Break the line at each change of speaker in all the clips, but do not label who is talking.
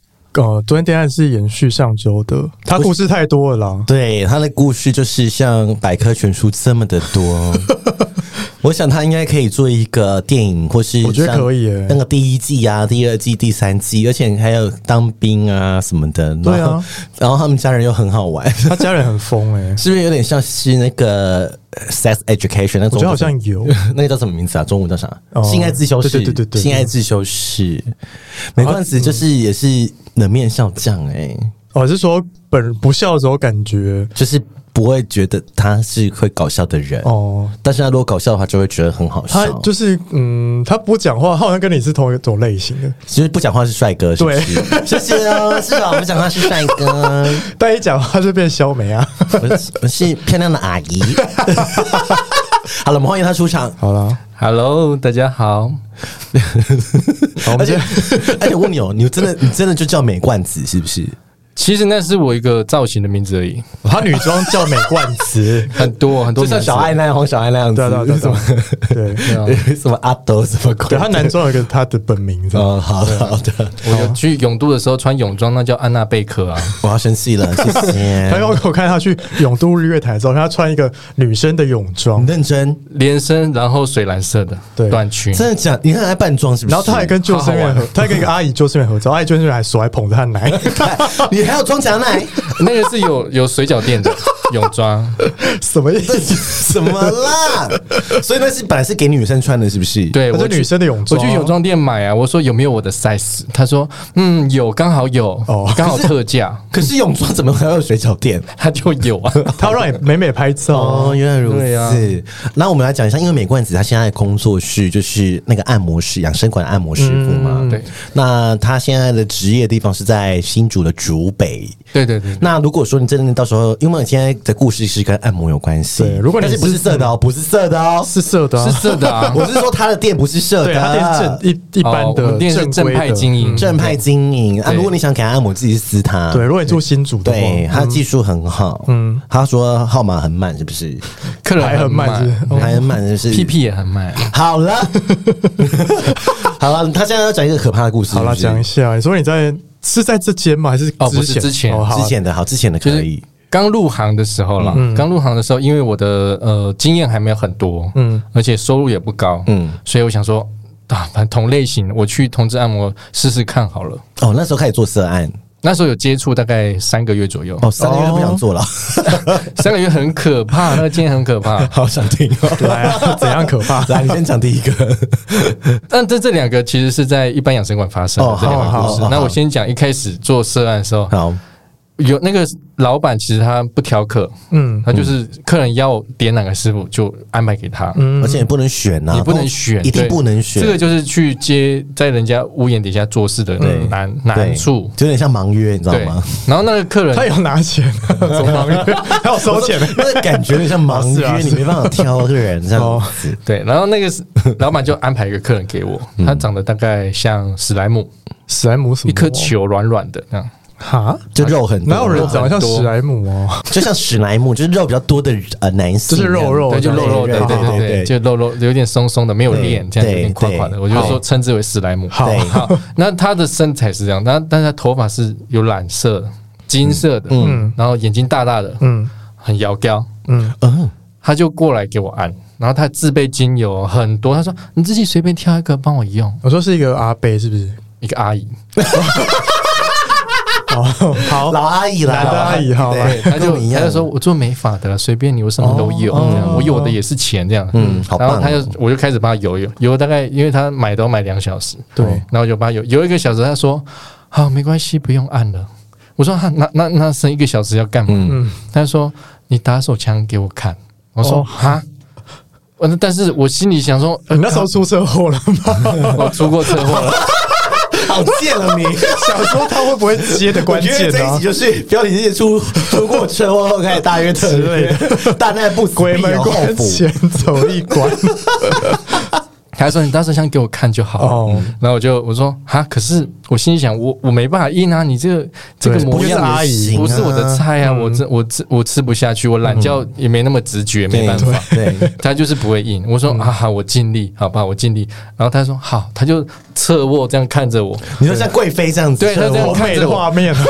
呃，昨天恋爱是延续上周的，他故事太多了啦。
对，他的故事就是像百科全书这么的 多。我想他应该可以做一个电影，或是
我觉得可以耶
像那个第一季啊、第二季、第三季，而且还有当兵啊什么的。然后
对啊，
然后他们家人又很好玩，
他家人很疯 哎、
是不是有点像是那个呃 sex education 那
我
种？
觉得好像有。
那个叫什么名字啊？中文叫啥？
哦
性爱自修室。
对对对对对哦
性爱自修室。没关系，就是也是冷面笑匠哎、
我、哦是说本不笑的时候感觉
就是不会觉得他是会搞笑的人。
哦，
但是他如果搞笑的话，就会觉得很好
他
笑。就
就是嗯，他不讲话，他好像跟你是同一种类型的，
其实不讲话是帅哥，是不是？谢谢哦，至少不讲话是帅哥，
但一讲话就变小美啊。
我是我是漂亮的 阿姨。好了，我们欢迎他出场。
好啦，
Hello，大家好。
好，我
而
们今
且
天
而且我问你哦，你真的你真的就叫美冠子是不是？
其实那是我一个造型的名字而已，
他女装叫美冠词，
很多很多
就
名
像
字。
小爱那样，黄小爱那样 子，
对啊对啊对啊
什
对啊
么
对
对啊，
什么阿斗什么鬼？
对，他男啊装有一个他的本名，这样
哦，好的好的，
我有去永都的时候穿泳装，那叫安娜贝克啊。
我要生气了，谢
他
谢。
要我看他去永都日月潭的时候，他穿一个女生的泳装
你，认真，
连身，然后水蓝色的
对
短裙，
真的假？你看他扮装是不
嗯
是？
然后他还跟救生员
好好
合，他还跟一个阿姨救生员合照，阿姨救生员还手还捧着他奶，
你还有装假奶，
那个是有有水饺店的泳装，
什么意思？
什么 啦？所以那是本来是给女生穿的，是不是？。
对
他
我
是
去
女生的泳
我
装，
去泳装店买啊，我说有没有我的 size？他说嗯有，刚好有
哦，
刚好 特价，
可是泳装怎么还有水饺店？
他就有啊。
他要让你美美拍照，
哦，原来如
对啊
此。那、我们来讲一下，因为美冠子他现在的工作室就是那个按摩师、养生馆按摩师傅嘛。
嗯
对
那他现在的职业地方是在新竹的竹北。
对对对，
嗯那如果说你真的到时候，因为你现在的故事是跟按摩有关系，
对如果你
但是
是
不是色的哦，不是色 的哦，。
是色的啊
是，色的啊
我是说他的店不是色
对，
的
他
啊，
店是 正一一般
哦我
的
们店是
正
正
规
派
的
经营，
正派经营啊。
对
如果你想给他按摩，自己去撕他。
对，如果你住新竹的话，嗯
对，他技术很好。嗯，他说号码很满，是不是？
客人
还很慢
慢
是不是，
还很满，是不是？
屁屁也很慢。
好了，好了，他现在要讲一个可怕的故事。
好了，
是不
讲一
是
下，你说你在是在这间吗？还是
哦不
之
是
前？
之前
哦好啊
之前的好，之前的
就
可
是
以。
刚入行的时候啦，
嗯
刚入行的时候，因为我的呃经验还没有很多，嗯，而且收入也不高，嗯
嗯，
所以我想说啊，反正同类型，我去同志按摩试试看好了。
哦，那时候开始做涉案，
那时候有接触大概三个月左右，
哦，三个月都不想做了，
三个月很可怕，那个经验很可
。
怕
好想听哦。
来啊， 怎样可怕？
来，你先讲第一个。
但这这两个其实是在一般养生馆发生的
哦
这两
好
个故
好
事
好。
那我先讲一开始做涉案的时候，
好，
有那个老板其实他不挑客，
嗯，
他就是客人要点哪个师傅就安排给他，
嗯
而且你不能选呐，
你嗯不能选，
一定
对
不能选。
这个就是去接在人家屋檐底下做事的
对
难
对
难处。
就有点像盲约，你知道
对
吗？，哎
然后那个客
他
人，
有拿 钱，怎么忙他有收 钱，
那个感觉有点像盲
哦是啊
约，
是啊
你没办法挑个人这
哦
样子。
对，然后那个是老板就安排一个客人给我，
嗯
他长得大概像史莱
哦
姆，
史莱姆什么？
一颗球软软的那样，
哈？
就肉很多，
哪有人长得像史莱姆哦？
就像史莱姆，就是肉比较多的呃男性，
就是肉肉
对，就肉肉的，
对
对
对
对对，就肉肉有点松松的，没有练，这样
对
有点垮垮的，
对
我就说称之为史莱姆。
好
对
好，那他的身材是这样，但但是他头发是有染色、金色的，嗯，然后眼睛大大的，
嗯
很摇高，
嗯，
嗯，
他就过来给我按，然后他自备精油很多，他说你自己随便挑一个帮我用，
我说是一个阿贝是不是？
一个阿姨，
哦，好，
老阿姨啦，
男的阿姨哈
对
他
跟
就
我们一
他
样哦
就说我做美发的，随便你，我什么都有，这样我有的也是钱这样，
嗯好棒
然
哦
后他就我就开始帮他游游游，大概因为他买都买两小时，
对
然后我就帮他游游一个小时，他说好没关系，不用按了，我说哈那那那剩一个小时要干嘛？
嗯，
他说你打手枪给我看，我说
哦
哈。嗯，但是我心里想说，呃
你那时候出车祸了吗？
我出过车祸了，
好贱了你！
想说他会不会接的关
我觉
键
得这 一
啊
集？就是标题是出出过车祸后开始大约特约，大难不死
鬼
必
门
有后
关
福。
前走一关，
他说你到时候给我看就好了。
哦
然后我就我说哈，可是我心里想，我我没办法印啊，你这个这个
对
模
不是
样
阿姨
不是我的菜啊，
嗯
我这我吃我吃不下去，我懒觉也没那么直觉，没办法。
对，
他就是不会印，我说啊，好我尽力，好吧，我尽力。然后他说好，他就侧卧这样看着我，
你说像贵妃这样子，
对他这样
好美的画面啊！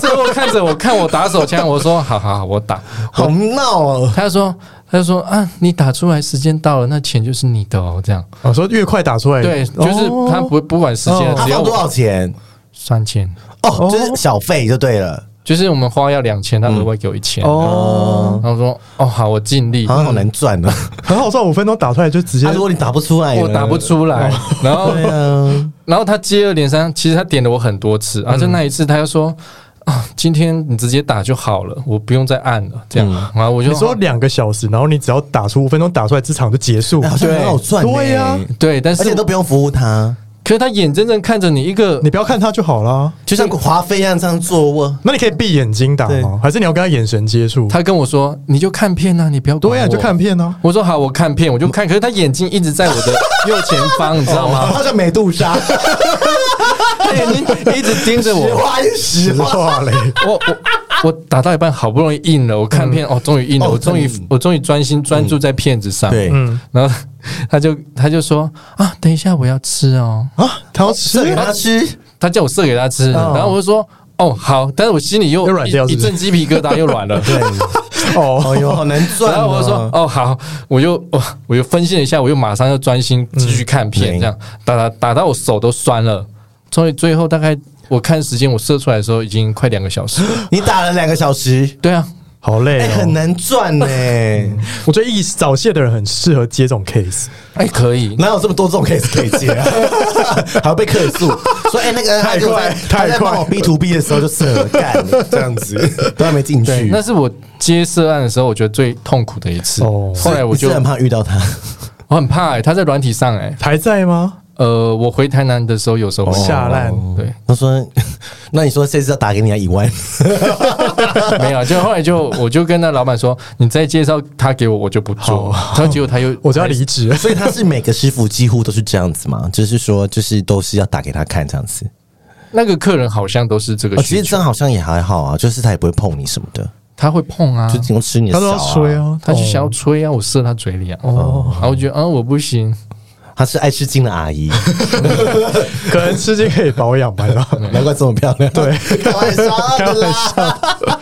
侧卧看着我，看我打手枪。我说好好好，我打。
好闹哦。
他说他说啊，你打出来时间到了，那钱就是你的哦，这样。
我说越快打出来，
对，就是他不不管时间，
哦
他
只要
放多
我
少钱？
算钱。
哦，就是小费就对了。
就是我们花要两千，他额外给我一千。
哦，
然后说哦好，我尽力。
好像好难赚 啊！
很好赚，五分钟打出来就直接
啊，如果你打不出来，
哎我打不。出
哦
来， 然后
对啊，
然后他接二连三，其实他点了我很多
嗯
次，啊，就那一次他又说啊，今天你直接打就好了，我不用再按了，这样。然后我
嗯
就
你说两个小时，然后你只要打出五分钟，打出来这场就结 束
哎。好像很好赚呢。
对呀
对，但
而
是
且都不用服务他，
可是他眼睁睁看着你一个
你不要看他就好啦。
就像华妃一样这样坐卧。
那你可以闭眼睛打吗？还是你要跟他眼神接触？
他跟我说：“你就看片啊，你不要管
对呀、
我
你就看。片啊。”
我说：“好，我看片，我就看。”可是他眼睛一直在我的 右前方，你知道吗？
好像美杜 莎，
他眼睛一直盯
实
着我。
话是实
实
话。
话嘞，
我我我打到一半，好不容易硬了，我看片
嗯
哦，终于硬了，
哦
我终于
真的
我终于专心专注在片子上。
对，
嗯
然后他就他就说：“啊，等一下我要吃哦。
啊，他要吃
射给他吃，”
他叫我射给他吃，然后我就说。哦，好，但是我心里又
又软掉
一
是
一
不是
阵鸡皮疙瘩，又 软了。对，
哦，
哎呦，好难赚哦。
然后我就说哦好，我又我我又分析了一下，我又马上要专心继续看片，
嗯
这样打打打到我手都酸了。终于最后大概我看时间，我射出来的时候已经快两个小时 了。
你打了两个小时，
对啊，
好累
哎，
哦。
很难赚呢。
我觉得一早泄的人很适合接这种 case，
哎可以，
哪有这么多这种 case 可以接 啊？还要被客诉，说哎、那个他就在
太快
他在帮我 B to B 的时候就射了干这样子， 都还没进去。
那是我接涉案的时候，我觉得最痛苦的一次。
哦
后来我
你是
就
很怕遇到他，
我很怕哎、他在软体上哎、
还在吗？
呃，我回台南的时候有时候会
下烂
对，
他说：“那你说这次要打给你要一万，
没有，啊就后来就我就跟那老板说，你再介绍他给我，我就不做。然后结果他 又
我就要离职了。
所以他是每个师傅几乎都是这样子嘛，就是说就是都是要打给他看这样子。
那个客人好像都是这个
哦，其
需
实
求，
这样好像也还好啊，就是他也不会碰你什么的，
他会碰啊，
就只能吃你
他
的
都
小
要吹啊，
他就想要吹啊，我射他嘴里啊，哦，然后我觉得啊，我不行，
他是爱吃惊的阿 姨，
可能吃鸡可以保养吧。
难怪这么漂亮。对， 开玩笑的啦，
开玩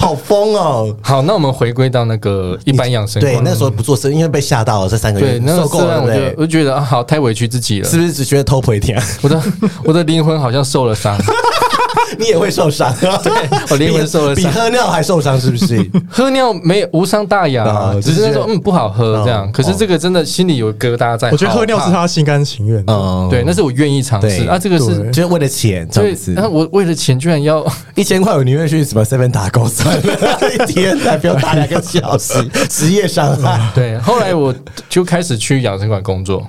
好疯哦。
好，那我们回归到那个一般养生观，
对，那时候不做生意，因为被吓到了，这三个
对
月
那
受
个
够
色
了，
案，我
对
就我
不对？
就觉得啊，好，太委屈自己了
是，不是只觉得偷窥天，
我的我的灵魂好像受了伤，
你也会受伤？对
我灵魂受了
比
伤
喝尿还受伤，是 不是？
喝尿没有无伤大雅啊，
啊
只是那时候
就是
嗯不好喝这样，
哦
可是这个真的心里有疙瘩在，
我觉得喝尿是
好
他心甘情愿的，
嗯
怕，对，那是我愿意尝试
对
啊，这个是
对。
就是为了钱这
对
样，子
那。啊我为了钱居然要。
一千块，我宁愿去什么 seven 打工算了，一天才不要打两个小时，职业伤害
对，后来我就开始去养生馆工作，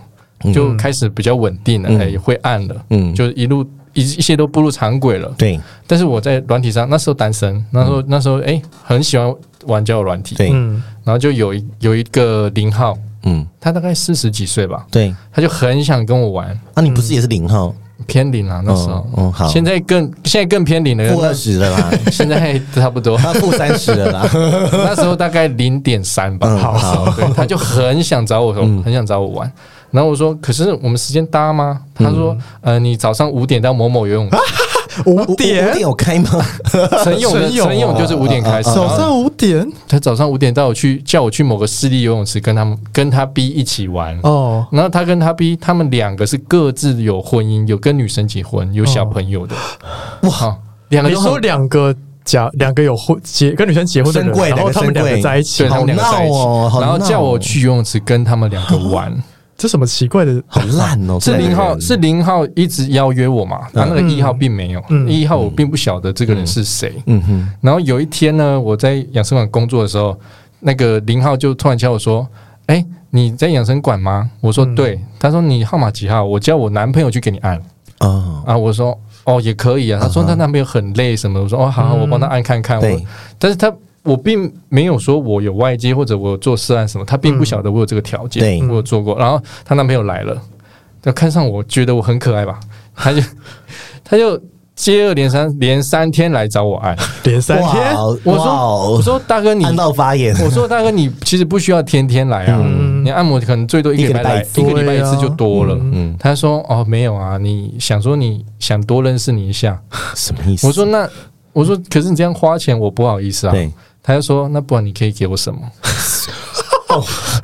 就开始比较稳定了，哎，会按了，嗯，
嗯
就一路一一切都步入常轨了。
对
但是我在软体上那时候单身，那时候、那时候哎、很喜欢玩交友软体，
对，
嗯，
然后就有一有一个零号，
嗯，
他大概四十几岁吧，
对。
他就很想跟我玩，
啊，你不是也是零号
偏零嗯啊那时候，
嗯嗯好
现在更现在更偏零
负二
了，
十了 啦，
现在差不 多，
他负三十了 啦。
那时候大概零点三吧，
嗯好
对，他就很想找我，
嗯
很想找我玩。然后我说：“可是我们时间搭吗？”
嗯
他说：“呃，你早上五点到某某 游泳池，
五
五五
点
点有开吗？
晨泳的
晨泳啊
晨泳就是五点开始，
早上五点
他早上五点带我去，叫我去某个私立游泳池跟他们跟他 B 一起玩。
哦，
然后他跟他 B，他们两个是各自有婚姻，有跟女生结婚，有小朋友的。哇，两个
你
都
说
很
两个假两个有婚结跟女生结婚的人，
深柜
然后他们
两
两
个
个在一起
对，，他们两个在一起
好闹哦，好
然后
闹哦哦
叫我去游泳池跟他们两个玩。
这什么奇怪的？
好烂哦！
是
这两个
零号，
人
是零号一直邀约我
嗯
嘛？然后那个一号并没有，一号我并不晓得这个人是谁。
嗯哼，
然后有一天呢，我在养生馆工作的时候，那个零号就突然敲我说：“哎、你在养生馆吗？”我说：“对。他说：“你号码几号？”我叫我男朋友去给你按。
啊，
啊，我说哦也可以啊，他说他那边很累什么的，我说哦好好，我帮他按看看。啊我
对，
但是他我并没有说我有外接或者我有做涉案什么，他并不晓得我有这个条件，
对
我有做过。然后她男朋友来了，就看上我觉得我很可爱吧，他就 他就接二连三连三天来找我按，
连三
哇
天，
哦，
我说
哇哦
我说大哥你
按到发炎，
我说大哥，你其实不需要天天来啊，你按摩可能最多一个礼拜来，
一
一
个
个
礼拜一次
礼拜一次就多了。
嗯，
他说哦没有啊，你想说你想多认识你一下，
什么意思？
我说那我说可是你这样花钱我不好意思啊。
对，
他就说那不然你可以给我什么？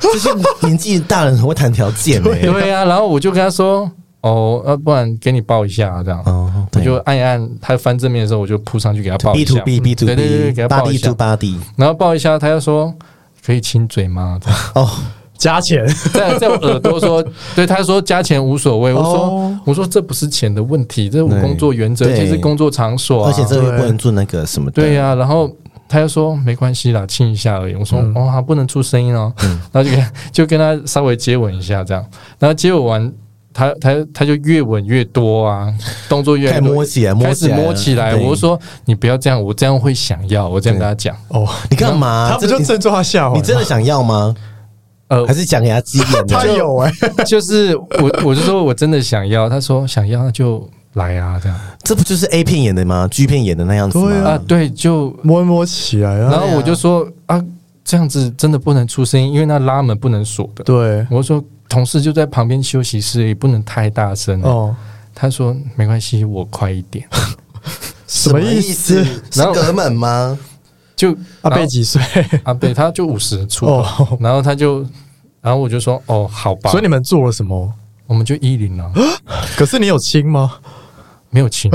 这些年纪大人很会谈条 件欸
对啊，然后我就跟他说哦，那不然给你抱一下啊、这样。
哦，
我
对
就按一按，他翻正面的时候，我就扑上去给他抱
B
一
to
下。
B B to
对对对对
B
给他
body
抱一下
to body
然后抱一下，他就说可以亲嘴吗？这样
哦，
加钱，
在在我耳 朵说，对他说加钱无所谓。我说、我说这不是钱的问题，这是我
对
工作原则，
哦对
而且是工作场所、啊。
而且这个
对
不能做那个什么的，
对呀、然后他就说没关系啦，亲一下而已。我说、
嗯
哦，他不能出声音哦，然后就跟他就跟他稍微接吻一下这样，然后接吻完。他他他就越吻越多啊，动作越来
开
越
始摸起来，
开
摸
始摸起来。
对
我就说你不要这样，我这样会想要。我这样跟他讲，
哦，
你干嘛？
他不就
啊这
正中他下怀
你
吗？
哦
真的想要吗？
呃
还，是讲给他鸡眼
他
的？
有哎、
就是我我就说我真的想要，他说想要那就来啊这样。
这不就是 A 片演的吗？G 片演的那样子
对
吗
啊？，对，就
摸一摸起来
然
啊，
后我就说啊，这样子真的不能出声音，因为那拉门不能锁的。
对，
我说同事就在旁边休息室，也不能太大声。哦，
哦，
他说没关系，我快一 点。
什
么意思？
是
然后
隔门吗？
就
阿
然后
贝几岁？
啊，对，他就五十出头，
哦，
然后他就，然后我就说哦，好吧，
所以你们做了什么？
我们就一 零了，
可是你有亲吗？
没有亲，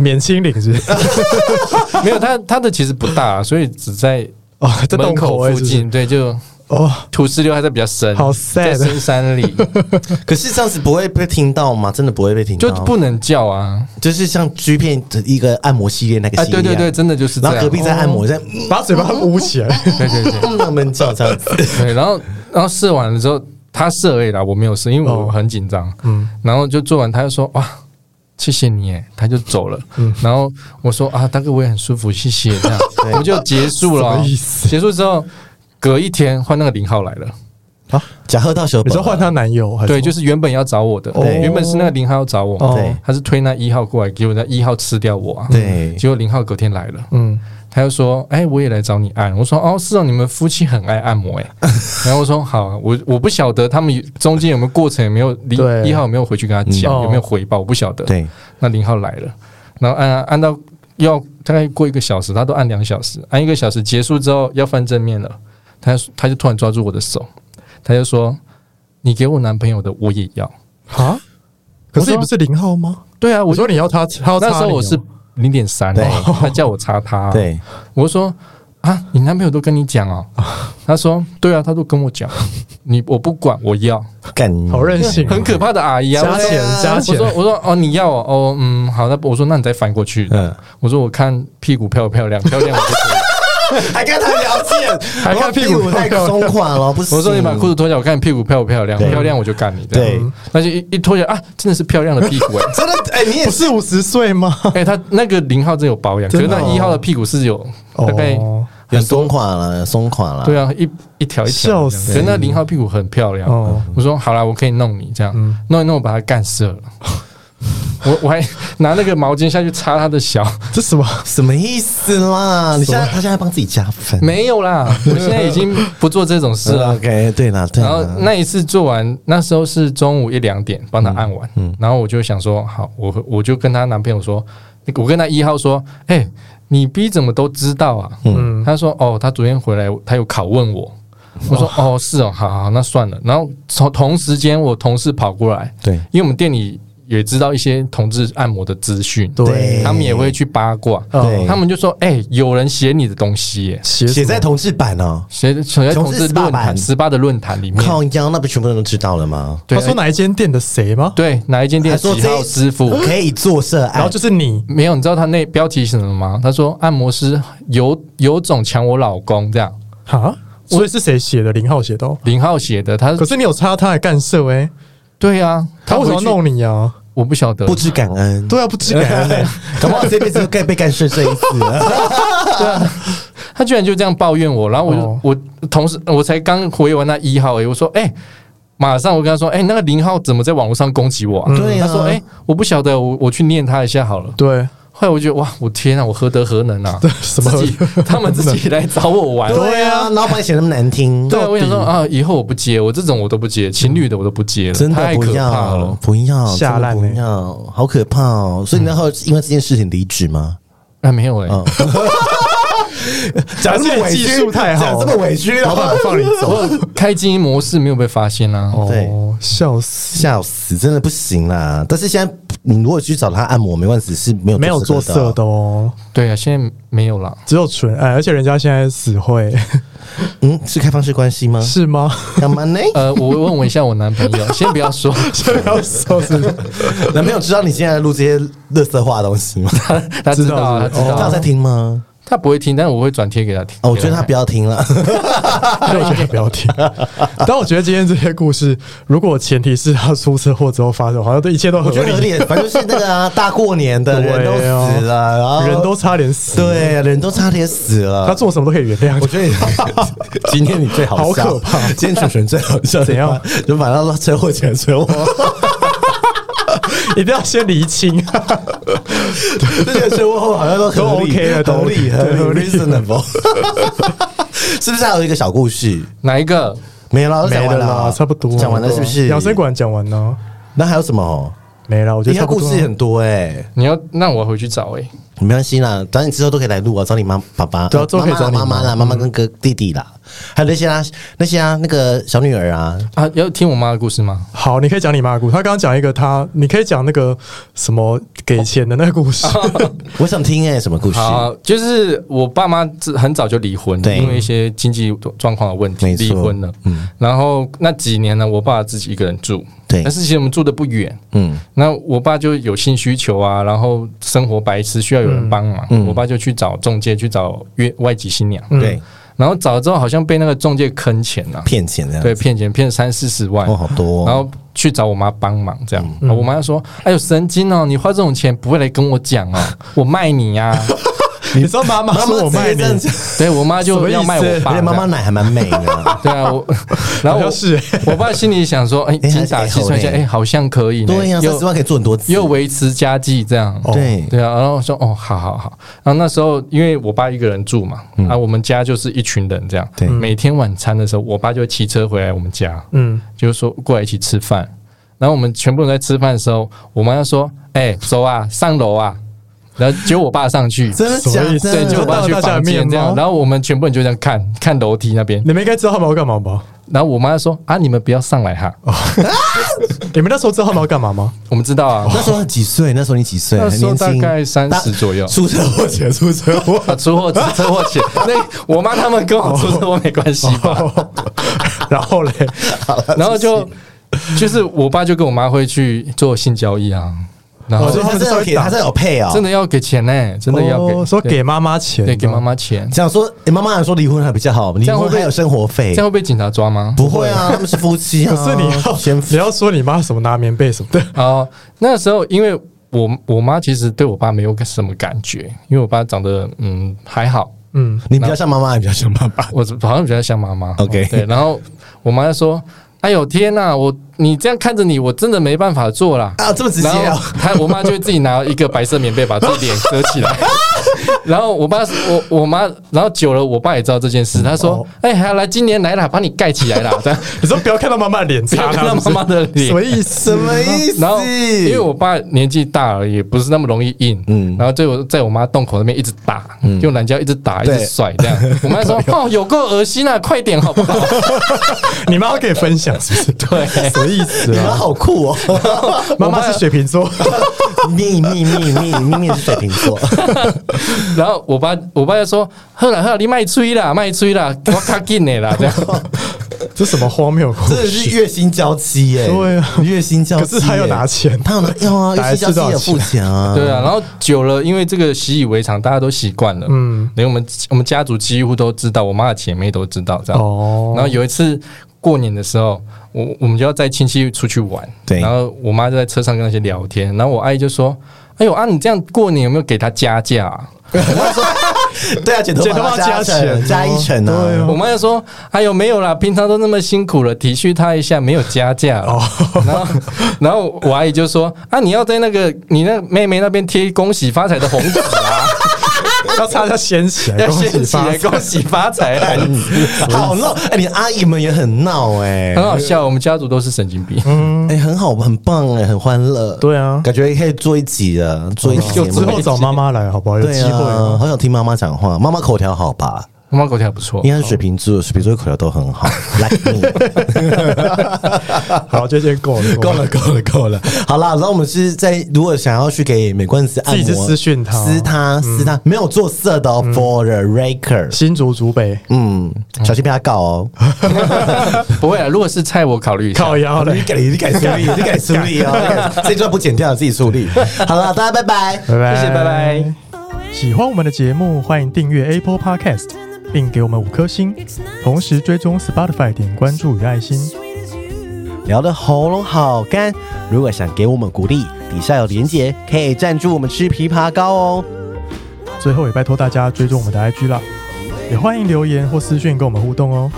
免清领 是不是？
没有他他的其实不大，所以只在
哦，在
门
洞
口
口哎
附
是不是
近，对，就
哦，
土石流还在比较深，
好
在
sad，啊
深山里
可是这样子不会被听到吗？真的不会被听 到，
就不能叫啊，
就是像 G 片的一个按摩系列那个
啊，
系列、
对对对，，真的就是
然
这
后
样哦
隔，壁在按摩，在嗯
把嘴巴捂起来。
对对对。
嗯他们叫这样子，
对，然后然后试完了之后，他试而已啦，我没有试，因为我
哦
很紧张。
嗯，
然后就做完，他就说哇，谢谢你耶，他就走了。
嗯
然后我说啊，大哥我也很舒服，谢谢。这样 我们就结束了
什
哦
么意。思
结束之后，隔一天换那个零号来了，
假喝到手，
你说换她男友啊还是什么？
对，就是原本要找我的，
哦
原本是那个零号要找我，
对
哦，
他是推那一号过来，结果那一号吃掉我啊。
对
结果零号隔天来了。
嗯，
他就说：“哎、我也来找你按。”我说：“哦，是哦，你们夫妻很爱 按摩哎、然后我说：“好啊，我我不晓得他们中间有没有过程，有没有零
对
一号有没有回去跟他讲，
嗯
有没有回报，我不晓得。
对，
那零号来了，然后按按按到要大概过一个小时，他都按两小时，按一个小时结束之后要翻正面了，他他就突然抓住我的手，他就说：‘你给我男朋友的我也要。
啊，可是
我说
你不是零号吗？’
对啊，
我
我就
说你要他，他要
那
插
时候
你
我
哦
是零点三，哦
对
他叫我查他、啊，
对，
我就说啊，你男朋友都跟你讲 哦。他说对啊，他都跟我讲，你我不管，我要，
干
好任性哦，
很可怕的阿姨啊。
加
我说
钱加
我
钱，
说我说哦，你要哦哦嗯好，那我说那你再翻过去。
嗯，
我说我看屁股漂不 漂亮，漂亮我就可以。
还跟他聊 天，
还看屁股
太松垮了，不是？
我说你把裤子脱下来，我看你屁股漂不漂亮，
对
漂亮我就干你。这样
对，，
那就一一脱下来啊，真的是漂亮的屁 股哎、
真的哎，你也
不是五十岁吗？
哎、他那个零号真有保养，可
真
是
的
那一号的屁股是有大概
哦
有松垮了，有松垮了，
对啊，一一条一条
笑
的这样。
死
可是那零号屁股很漂亮，
哦，嗯
我说好啦，我可以弄你这样，弄一弄，我把他干射了。 我我还拿那个毛巾下去擦他的小，
这什么？
什么意思啦？你现在
什
他现在帮自己加分，
没有啦，我现在已经不做这种事
是啊
了。
，OK，对啦，对
然后
啦，
那一次做完，那时候是中午一两点帮他按完，
嗯
然后我就想说，好，我我就跟她男朋友说，那个我跟她一号说，哎、你逼怎么都知道啊？
嗯，
他说：“哦，他昨天回来，他有拷问我。”我说：“哦，是哦，好好，好那算了。”然后从同时间，我同事跑过来，
对
因为我们店里也知道一些同志按摩的资讯，
对
他们也会去八卦，
对
哦他们就说：“哎、有人写你的东西耶，
写
写在
什么
同志版哦，
写的写在
同
同
志
志
十八
论
版
坛十八的论坛里面。
靠腰那不全部人都知道了吗？”
对，
他说
哎
哪一间店的谁吗？
对哪一间店
还说
几
这嗯
号师傅？
可以做涉案，
然后就是你，
没有，你知道他那标题是什么吗？他说：“按摩师有有种抢我老公这样。”啊
哈，所以是谁写的？零号写的哦。
林浩写的，他
可是你有插他的干涉哎，
对啊，
他为什么要
回去
弄你啊？
我不晓得
不，知感恩，
对啊，不知感恩，
搞不好这辈子就该被干涉这一次了。
他居然就这样抱怨我，然后我就、
哦
我同时我才刚回完那一号而已，我说哎、马上我跟他说哎、那个零号怎么在网络上攻击我、啊？
对
嗯
啊
他说哎、我不晓得，我我去念他一下好了。
对，
后来我觉得哇，我天啊，我何德何能啊！
什么
自己他们自己来找我玩。
对啊，老板写那么难听，
哎对，我想说
到底嗯
啊，以后我不接，我这种我都不接，情侣的我都不接了，
真的
太
不
可怕
要
了，。
不要，
吓烂
真的不
欸
要，好可怕哦！所以你那后来因为这件事情离职吗？
啊，没有哎、
嗯
讲这么委屈
讲这么委屈，啊
老板放你走，
我开静音模式没有被发现啊。
对
哦，笑死，
笑死，真的不行啦！但是现在你如果去找他按摩，没关系，是没有
没有做
色的
色
哦
的哦，
对啊，现在没有啦。
只有纯爱，而且人家现在死 会
嗯，是开放式关系 吗？
是吗？
干嘛呢？
呃，我问我一下我男朋 友，先不要说，
这要笑死，
男朋友知道你现在录这些乐色化的东西吗？哦
他知道啊，
知道
他知
知
道
道
他有
啊，
在听吗？
他不会听，但我会转贴给他听。啊
哦，我觉得他不要听了。
对，我觉得不要听。 但我觉得今天这些故事，如果前提是他出车祸之后发生，好像对一切都合
我觉得合
理，
理，反正就是那个啊，大过年的
对哦
人都死了，然后
啊人都差点死，，
对，人都差点死了。
他做什么都可以原谅
哦我。觉得 今天你最好笑，
好可怕
今天蠢蠢最好笑，
怎样？
就把他车祸前车祸，
一定要先厘清，
这些车祸后好像都合理
都 OK 了都
合理，合理
对合理
reasonable，是不是还有一个小故事？
哪一个？
没了，
没
讲完
了
了
啦，
啊，
差不多
讲完了，是不是？
养生，馆讲完了，啊
那还有什么？
没了，我觉
你
得差
看
不
故
多啊
事
了。
很多哎，
你要那我回去找哎、
没关系啦，找你之后都可以来录啊，找你妈爸爸，
对啊
呃
之后可以找你
妈妈啦，妈妈啦妈妈跟哥弟弟啦，还有那些啊那些啊那个小女儿啊，
啊，要听我妈的故事吗？
好，你可以讲你妈的故事。他刚刚讲一个他，你可以讲那个什么给钱的那个故事。
我想听哎、什么故事？
好，啊就是我爸妈自很早就离婚，
对
因为一些经济状况的问题
没错
离婚了。嗯，然后那几年呢，我爸自己一个人住，
对
但，是其实我们住的不远。
嗯，
那我爸就有性需求啊，然后生活白痴需要有人帮忙，
嗯嗯
我爸就去找中介去找约外籍新娘，
嗯
对，
然后找了之后好像被那个中介坑钱了、
骗钱这样，
对，，骗钱骗三四十万，
哦，好多、哦，嗯
然后去找我妈帮忙，这样，然后我妈就说：“哎呦，神经哦，你花这种钱不会来跟我讲 哦，我卖你呀、
你知道妈妈说我卖你，
直接这样
对我妈就要卖我
而
爸，
且哎妈妈奶还蛮美的，
对啊， 我然后
好
我
像是欸
我爸心里想说：“哎，
哎
精打细算一下，
还是哎
哎，好像可以呢，
对呀、三十
又
万可以做很多次，
又维持家计这样。”
对，
对啊，然后我说哦，好好好。然后那时候因为我爸一个人住嘛，啊，我们家就是一群人这样。
嗯对
每天晚餐的时候，我爸就会骑车回来我们家，
嗯，
就是说过来一起吃饭。然后我们全部人在吃饭的时候，我妈就说：“哎、走啊，上楼啊。”然后结果我爸上去，
真的假
什么意思
对，
的？
就我爸去
大家
房
的面
间
吗
这样。然后我们全部人就这样看看楼梯那边。
你们应该知道他们要干嘛 吧？
然后我妈就说：“啊，你们不要上来哈，
哦
你们那时候知道他们要干嘛吗？
我们知道啊。
那时候几岁？那时候你几岁？
那时候
很
大
年轻
概三十左右。
出车祸前，出车 祸。
啊，出货车祸险，那我妈他们跟我出车祸没关系吧？
哦
然后嘞，
然后就就是我爸就跟我妈会去做性交易啊，然后
哦
所以他真的有给，他真的有配哦。
真的要给钱呢、真的要给，
哦说
对
给妈妈钱，
对给妈妈钱，
想说，你妈妈还说离婚还比较好，离
样会
婚
不会
还有生活费
这，样会被警察抓吗？
不会啊，他们是夫妻啊。
可是你要
先
你要说你妈什么拿棉被什么的，
啊、那时候因为我我妈其实对我爸没有什么感觉，因为我爸长得嗯还好，
嗯，
你比较像妈妈，还比较像爸爸。
我好像比较像妈妈。
OK
对，然后我妈就说：“哎呦天呐、我你这样看着你，我真的没办法做啦。”
啊，这么直接
然
啊
后！她我妈就会自己拿一个白色棉被把自己脸遮起来。 然后我爸我我妈，然后久了我爸也知道这件事，他
哦
说：“哎、还来今年来啦，帮你盖起 来啦。”这样，
你说不要看到妈妈的脸，擦
要看
她是
到
不是
妈妈的脸
什么意思？
什么意思？
然后因为我爸年纪大了，也不是那么容易硬，
嗯
嗯，然后在我在我妈洞口那边一直打，用懒胶一直打，一
对
直甩这样。我妈 说：“哦，有够恶心啊，快点好不好
你妈可以分享是不是？对，什么意思
你妈
啊？
好酷哦！
妈妈是水瓶座，
秘密秘密秘密是水瓶座，？”
然后我爸我爸就说：“喝了喝了，你卖吹啦，卖吹啦，我卡紧的啦。”这样，
这什么荒谬故
真的
事？
是月薪娇妻耶！
对啊
月薪娇妻
可
耶。
是他要拿钱，
他有拿要啊，
打
月
一
薪
次
娇妻也付钱啊。
对啊。然后久了，因为这个习以为常，大家都习惯了，嗯，连我们我们家族几乎都知道，我妈的姐妹都知道这样。
哦
然后有一次。过年的时候，我我们就要带亲戚出去玩，
对
然后我妈就在车上跟那些聊天，然后我阿姨就说：“哎呦啊，你这样过年有没有给他加价啊、
对啊，剪头
剪头
发
发加
加成
钱
加一成啊，
我妈就说：“哎呦，没有啦，平常都那么辛苦了，体恤她一下，没有加价。”哦，然后然后我阿姨就说：“啊，你要在那个你那妹妹那边贴恭喜发财的红纸啊，
要擦要掀起来，
要
恭
掀
喜
起
发
来
财！
恭喜发财啊。
好闹！哎，你阿姨们也很闹哎
很，好笑，我们家族都是神经病。
哎，很好，很棒哎，很欢乐。
对啊
感觉可以做一集的，做一集
就
节
之
目。
后找妈妈来好不好？有
对
机
啊，
会，
好想听妈妈讲话。妈妈口条好吧？
我妈狗条不错
应，该是水瓶座，水瓶座口条都 很好。来，你
好，就先够了，
够了，够了，够了。好啦，然后我们是在如果想要去给美冠斯按摩，
自己去私讯他
撕他，嗯撕他，没有做色的哦，for the record。
新竹竹北
嗯，小心被他告哦。
不会啊。如果是菜，我考虑一下
靠。腰嘞
你，改，你改处理， 你改处理哦。这段不剪掉，自己处理。好了，大家拜拜。
拜拜，
谢谢，拜拜。。
喜欢我们的节目，欢迎订阅 Apple Podcast，并给我们五颗星，同时追踪 Spotify 点关注与爱心。
聊
聊的喉咙好干，如果想给我们鼓励，底下有连结，可以赞助我们吃枇杷膏哦。
最后也拜托大家追踪我们的 IG 啦，也欢迎留言或私讯跟我们互动哦。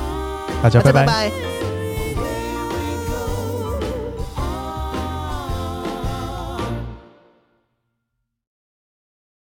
大家
大家
拜拜
拜拜